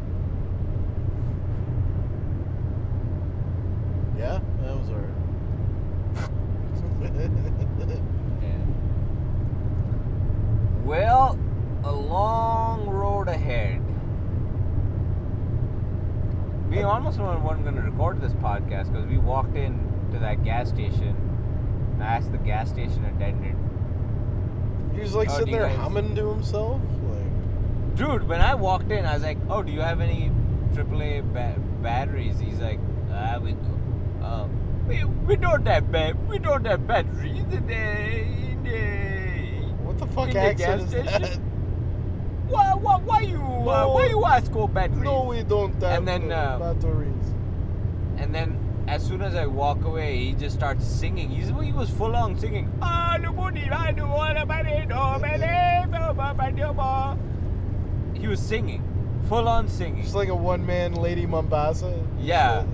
Speaker 1: Yeah, that was alright.
Speaker 3: Yeah. Well, a long road ahead. We almost weren't weren't going to record this podcast because we walked in to that gas station. I asked the gas station attendant,
Speaker 1: He was like
Speaker 3: Oh, do
Speaker 1: sitting
Speaker 3: you
Speaker 1: there
Speaker 3: guys-
Speaker 1: humming to himself. Like,
Speaker 3: dude, when I walked in, I was like, oh, do you have any AAA ba- batteries? He's like, ah, we, uh, we, we don't have ba- we don't have batteries today.
Speaker 1: what the fuck
Speaker 3: In the
Speaker 1: accent
Speaker 3: gas
Speaker 1: is
Speaker 3: station?
Speaker 1: that?
Speaker 3: Why, why, why you uh, why you ask for batteries?
Speaker 1: No, we don't have
Speaker 3: And then,
Speaker 1: no
Speaker 3: uh,
Speaker 1: batteries.
Speaker 3: And then as soon as I walk away, he just starts singing. He's, he was full on singing. He was singing, full on singing.
Speaker 1: Just like a one-man Lady Mombasa.
Speaker 3: Yeah.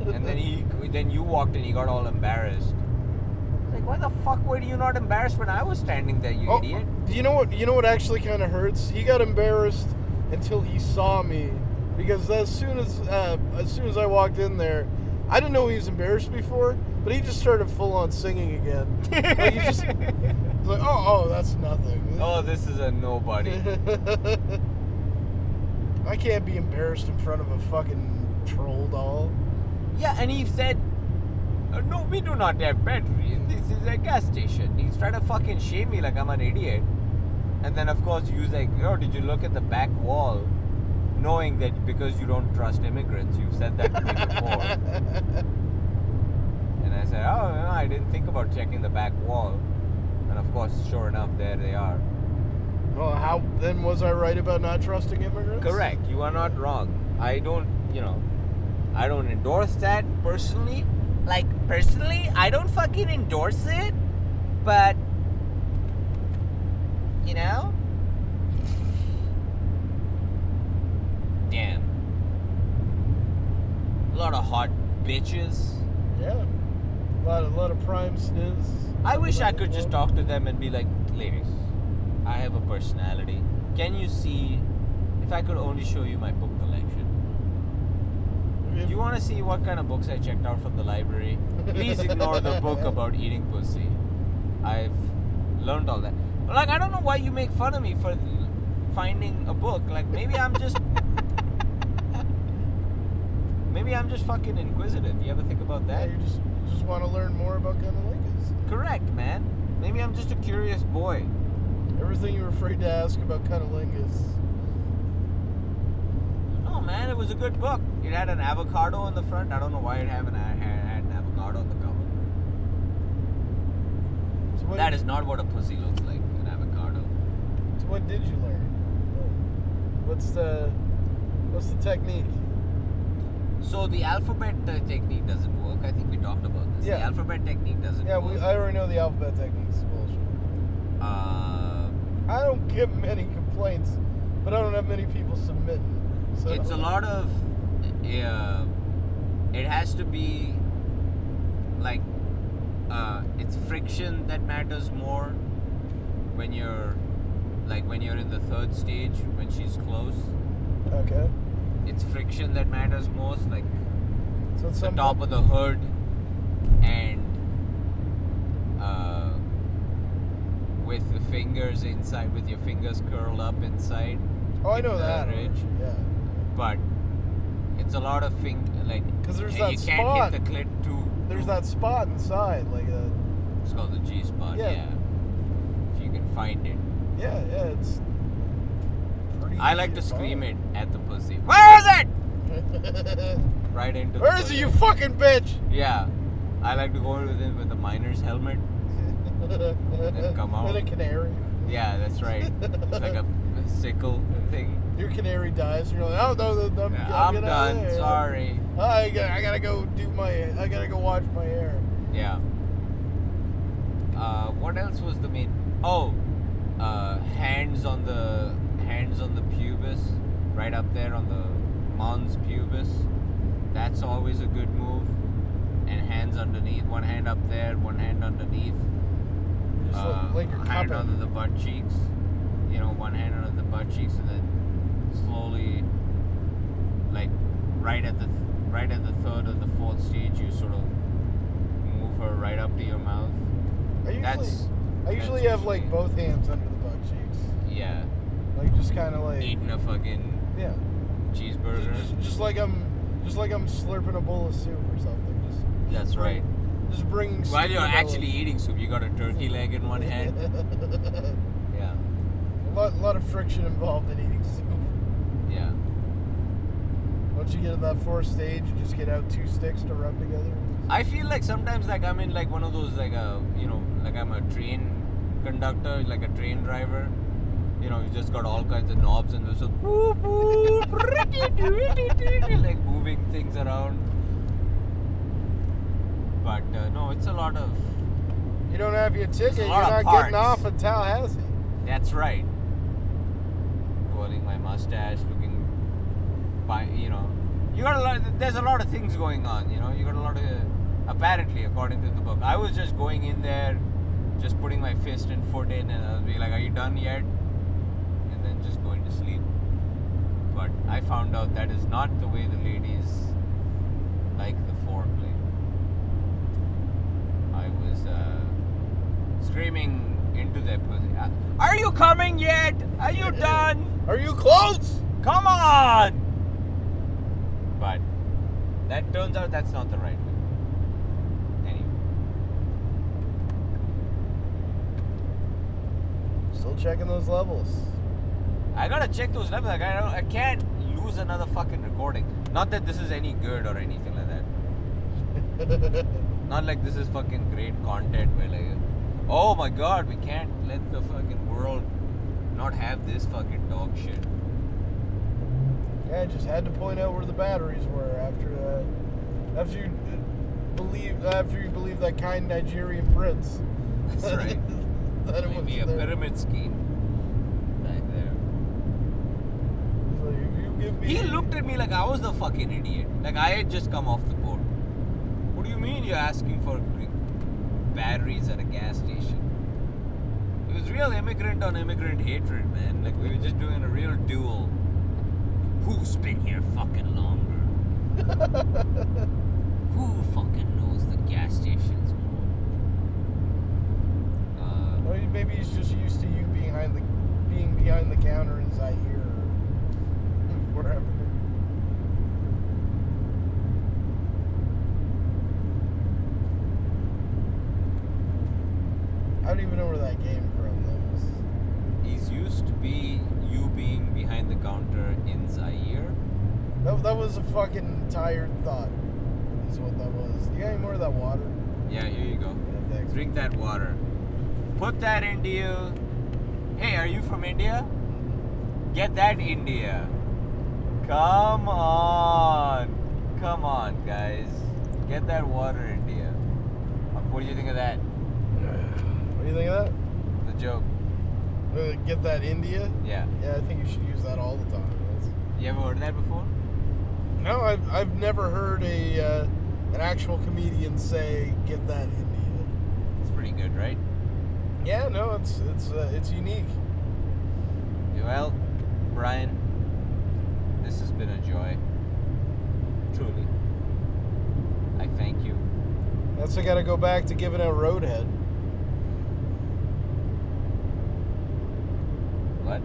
Speaker 3: And then he, then you walked in. He got all embarrassed. He's Like, why the fuck were you not embarrassed when I was standing there, you
Speaker 1: Oh,
Speaker 3: idiot?
Speaker 1: You know what? You know what actually kind of hurts. He got embarrassed until he saw me, because as soon as uh, as soon as I walked in there, I didn't know he was embarrassed before, but he just started full on singing again. like he just he's like, oh, oh, that's nothing.
Speaker 3: Oh, this is a nobody.
Speaker 1: I can't be embarrassed in front of a fucking troll doll.
Speaker 3: Yeah, and he said, "Uh, No, we do not have batteries. This is a gas station. He's trying to fucking shame me like I'm an idiot. And then, of course, you was like, Oh, did you look at the back wall? Knowing that because you don't trust immigrants, you've said that to me before. and I said, Oh, no, I didn't think about checking the back wall. And of course, sure enough, there they are.
Speaker 1: Well, how then was I right about not trusting immigrants?
Speaker 3: Correct. You are not wrong. I don't, you know, I don't endorse that personally. Like personally, I don't fucking endorse it, but you know. Damn. A lot of hot bitches.
Speaker 1: Yeah. A lot, a lot of prime snizz.
Speaker 3: I wish I could just talk to them and be like, ladies, I have a personality. Can you see if I could only show you my book collection?
Speaker 1: If-
Speaker 3: You want to see what kind of books I checked out from the library? Please ignore the book about eating pussy. I've learned all that. Like, I don't know why you make fun of me for finding a book. Like, maybe I'm just. maybe I'm just fucking inquisitive. You ever think about
Speaker 1: Yeah,
Speaker 3: that?
Speaker 1: you just you just want to learn more about Kanalingas.
Speaker 3: Correct, man. Maybe I'm just a curious boy.
Speaker 1: Everything you were afraid to ask about Cunnilingus.
Speaker 3: No, man, it was a good book. It had an avocado on the front. I don't know why it had an, had an avocado on the cover.
Speaker 1: So what,
Speaker 3: That is not what a pussy looks like, an avocado.
Speaker 1: so what did you learn? What's the what's the technique?
Speaker 3: So the alphabet uh, technique doesn't work. I think we talked about this. The
Speaker 1: Yeah.
Speaker 3: alphabet technique doesn't
Speaker 1: Yeah,
Speaker 3: work.
Speaker 1: we, I already know the alphabet techniques. Bullshit.
Speaker 3: uh,
Speaker 1: I don't get many complaints, but I don't have many people submitting. So
Speaker 3: it's a lot of. Uh, it has to be like uh, it's friction that matters more when you're like when you're in the third stage when she's close.
Speaker 1: Okay.
Speaker 3: It's friction that matters most. Like
Speaker 1: So it's
Speaker 3: the
Speaker 1: some
Speaker 3: top of the hood and uh, with the fingers inside with your fingers curled up inside
Speaker 1: Oh, I know
Speaker 3: the
Speaker 1: that.
Speaker 3: ridge.
Speaker 1: already, Yeah.
Speaker 3: but it's a lot of thing like
Speaker 1: 'Cause there's
Speaker 3: and
Speaker 1: that
Speaker 3: you can't
Speaker 1: spot.
Speaker 3: hit the clit too
Speaker 1: There's
Speaker 3: too-
Speaker 1: that spot inside, like uh, a
Speaker 3: it's called the G spot
Speaker 1: Yeah.
Speaker 3: yeah. if you can find it
Speaker 1: yeah, yeah. It's. pretty
Speaker 3: I
Speaker 1: easy
Speaker 3: like to scream
Speaker 1: find.
Speaker 3: it at the pussy where is it right into
Speaker 1: Where
Speaker 3: the
Speaker 1: is it,
Speaker 3: pussy.
Speaker 1: you fucking bitch?
Speaker 3: yeah I like to go in with it with a miner's helmet
Speaker 1: and
Speaker 3: come out.
Speaker 1: And a canary.
Speaker 3: yeah that's right it's like a, a sickle thing
Speaker 1: Your canary dies, and you're like, oh no, no, no I'm,
Speaker 3: Yeah,
Speaker 1: I'm
Speaker 3: I'm,
Speaker 1: getting out of
Speaker 3: done.
Speaker 1: there." Ah,
Speaker 3: Sorry.
Speaker 1: I gotta, I gotta go do my, I gotta go wash my hair.
Speaker 3: Yeah. Uh, what else was the main? Oh, uh, hands on the hands on the pubis, right up there on the mons pubis. That's always a good move. And hands underneath, one hand up there, one hand underneath.
Speaker 1: Just
Speaker 3: Uh,
Speaker 1: like, like your
Speaker 3: hand
Speaker 1: cup.
Speaker 3: under the butt cheeks. You know, one hand under the butt cheeks, and then slowly, like right at the th- right at the third or the fourth stage, you sort of move her right up to your mouth.
Speaker 1: I usually,
Speaker 3: That's
Speaker 1: I usually
Speaker 3: that's
Speaker 1: have like
Speaker 3: usually-
Speaker 1: both hands under the butt cheeks,
Speaker 3: yeah,
Speaker 1: like just kind of like,
Speaker 3: eating a fucking
Speaker 1: yeah,
Speaker 3: cheeseburger.
Speaker 1: just, just like I'm, Just like I'm slurping a bowl of soup or something. Just
Speaker 3: That's right.
Speaker 1: just bringing. soup
Speaker 3: While you're
Speaker 1: to my
Speaker 3: actually
Speaker 1: lips.
Speaker 3: eating soup, you got a turkey leg in one hand.
Speaker 1: a
Speaker 3: Yeah.
Speaker 1: lot, lot of friction involved in eating soup.
Speaker 3: Yeah.
Speaker 1: Once you get in that fourth stage, you just get out two sticks to rub together.
Speaker 3: I feel like sometimes like I'm in like one of those like a you know like I'm a train conductor like a train driver. You know, you just got all kinds of knobs and there's a boop, boop, like moving things around. But uh, no, it's a lot of.
Speaker 1: You don't have your ticket,
Speaker 3: a
Speaker 1: you're
Speaker 3: lot
Speaker 1: not
Speaker 3: of
Speaker 1: getting
Speaker 3: parts.
Speaker 1: off at Tallahassee.
Speaker 3: That's right. Twirling my mustache, looking by you know, you got a lot. There's a lot of things going on. You know, you got a lot of. Apparently, according to the book, I was just going in there, just putting my fist and foot in, and I'll be like, "Are you done yet?" And then just going to sleep. But I found out that is not the way the ladies like the foreplay. I was. Uh, screaming into their pussy. Uh, Are you coming yet? Are you done?
Speaker 1: Are you close?
Speaker 3: Come on! But that turns out that's not the right way. Anyway,
Speaker 1: Still checking those levels.
Speaker 3: I gotta check those levels. Like, I, don't, I can't lose another fucking recording. Not that this is any good or anything like that. Not like this is fucking great content where like, oh my god, we can't let the fucking world not have this fucking dog shit.
Speaker 1: yeah, I just had to point out where the batteries were after uh, after you uh, believe after you believe that kind Nigerian prince.
Speaker 3: That's right.
Speaker 1: that it was
Speaker 3: Maybe a
Speaker 1: there.
Speaker 3: pyramid scheme. Right there.
Speaker 1: He's like, if you give me
Speaker 3: He looked at me like I was the fucking idiot. Like I had just come off the boat. What do you mean you're asking for gr- batteries at a gas station? It was real immigrant on immigrant hatred, man. Like we were just doing a real duel.
Speaker 2: Who's been here fucking longer? Who fucking knows the gas stations more?
Speaker 3: Uh,
Speaker 1: Well, maybe he's just used to you being behind the being behind the counter in Zaire or wherever. I don't even know where that came from. That was
Speaker 3: he's used to be you being behind the counter in Zaire.
Speaker 1: that, that was a fucking tired thought. Is what that was. You got any more of that water?
Speaker 3: Yeah, here you go.
Speaker 1: Yeah, thanks.
Speaker 3: Drink that water. Put that into you. Hey, are you from India? Get that India. Come on. Come on, guys. Get that water, India. Uh, What do you think of that?
Speaker 1: What do you think of
Speaker 3: The joke.
Speaker 1: that? Uh, Get that India?
Speaker 3: Yeah.
Speaker 1: Yeah, I think you should use that all the time. That's-
Speaker 3: You ever heard that before?
Speaker 1: No, I've, I've never heard a uh, an actual comedian say "get that India."
Speaker 3: It's pretty good, right?
Speaker 1: Yeah, no, it's it's uh, it's unique.
Speaker 3: Well, Brian, this has been a joy. Truly. I thank you.
Speaker 1: That's I got to go back to giving out Roadhead.
Speaker 3: What?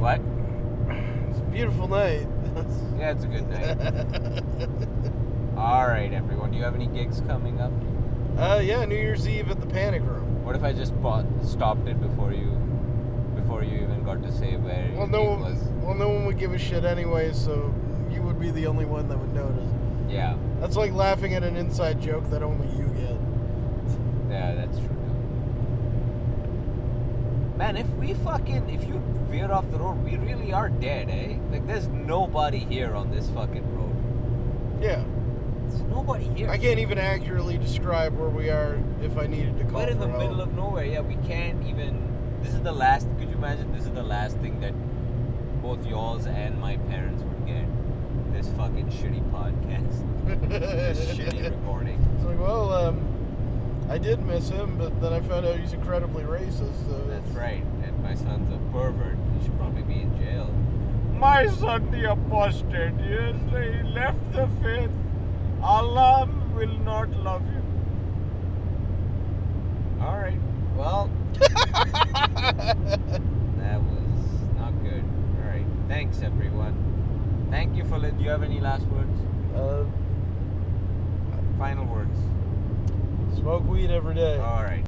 Speaker 3: What?
Speaker 1: It's a beautiful night.
Speaker 3: Yeah, it's a good night.
Speaker 1: uh,
Speaker 3: All right, everyone. Do you have any gigs coming up?
Speaker 1: Uh, yeah, New Year's Eve at the Panic Room.
Speaker 3: What if I just bought, stopped it before you, before you even got to say where
Speaker 1: Well,
Speaker 3: it
Speaker 1: no,
Speaker 3: was?
Speaker 1: one- well, no one would give a shit anyway, so you would be the only one that would notice.
Speaker 3: Yeah,
Speaker 1: That's like laughing at an inside joke that only you get.
Speaker 3: yeah, that's true. Too. Man, if we fucking, if you veer off the road, we really are dead, eh? Like, there's nobody here on this fucking road.
Speaker 1: Yeah,
Speaker 3: There's nobody here.
Speaker 1: I can't even accurately describe where we are if I needed to call.
Speaker 3: We're in
Speaker 1: for
Speaker 3: the
Speaker 1: help.
Speaker 3: middle of nowhere. Yeah, we can't even. This is the last. Could you imagine? This is the last thing that both yours and my parents would get. This fucking shitty podcast. This shitty recording.
Speaker 1: It's like, well, um, I did miss him, but then I found out he's incredibly racist. So
Speaker 3: That's right. And my son's a pervert. He should probably be in jail. My son, the apostate, yes, he left the faith. Allah will not love you. All right. Well, that was not good. All right. Thanks, everyone. Thank you for. Li- Do you have any last words?
Speaker 1: Uh,
Speaker 3: Final words.
Speaker 1: smoke weed every day.
Speaker 3: All right.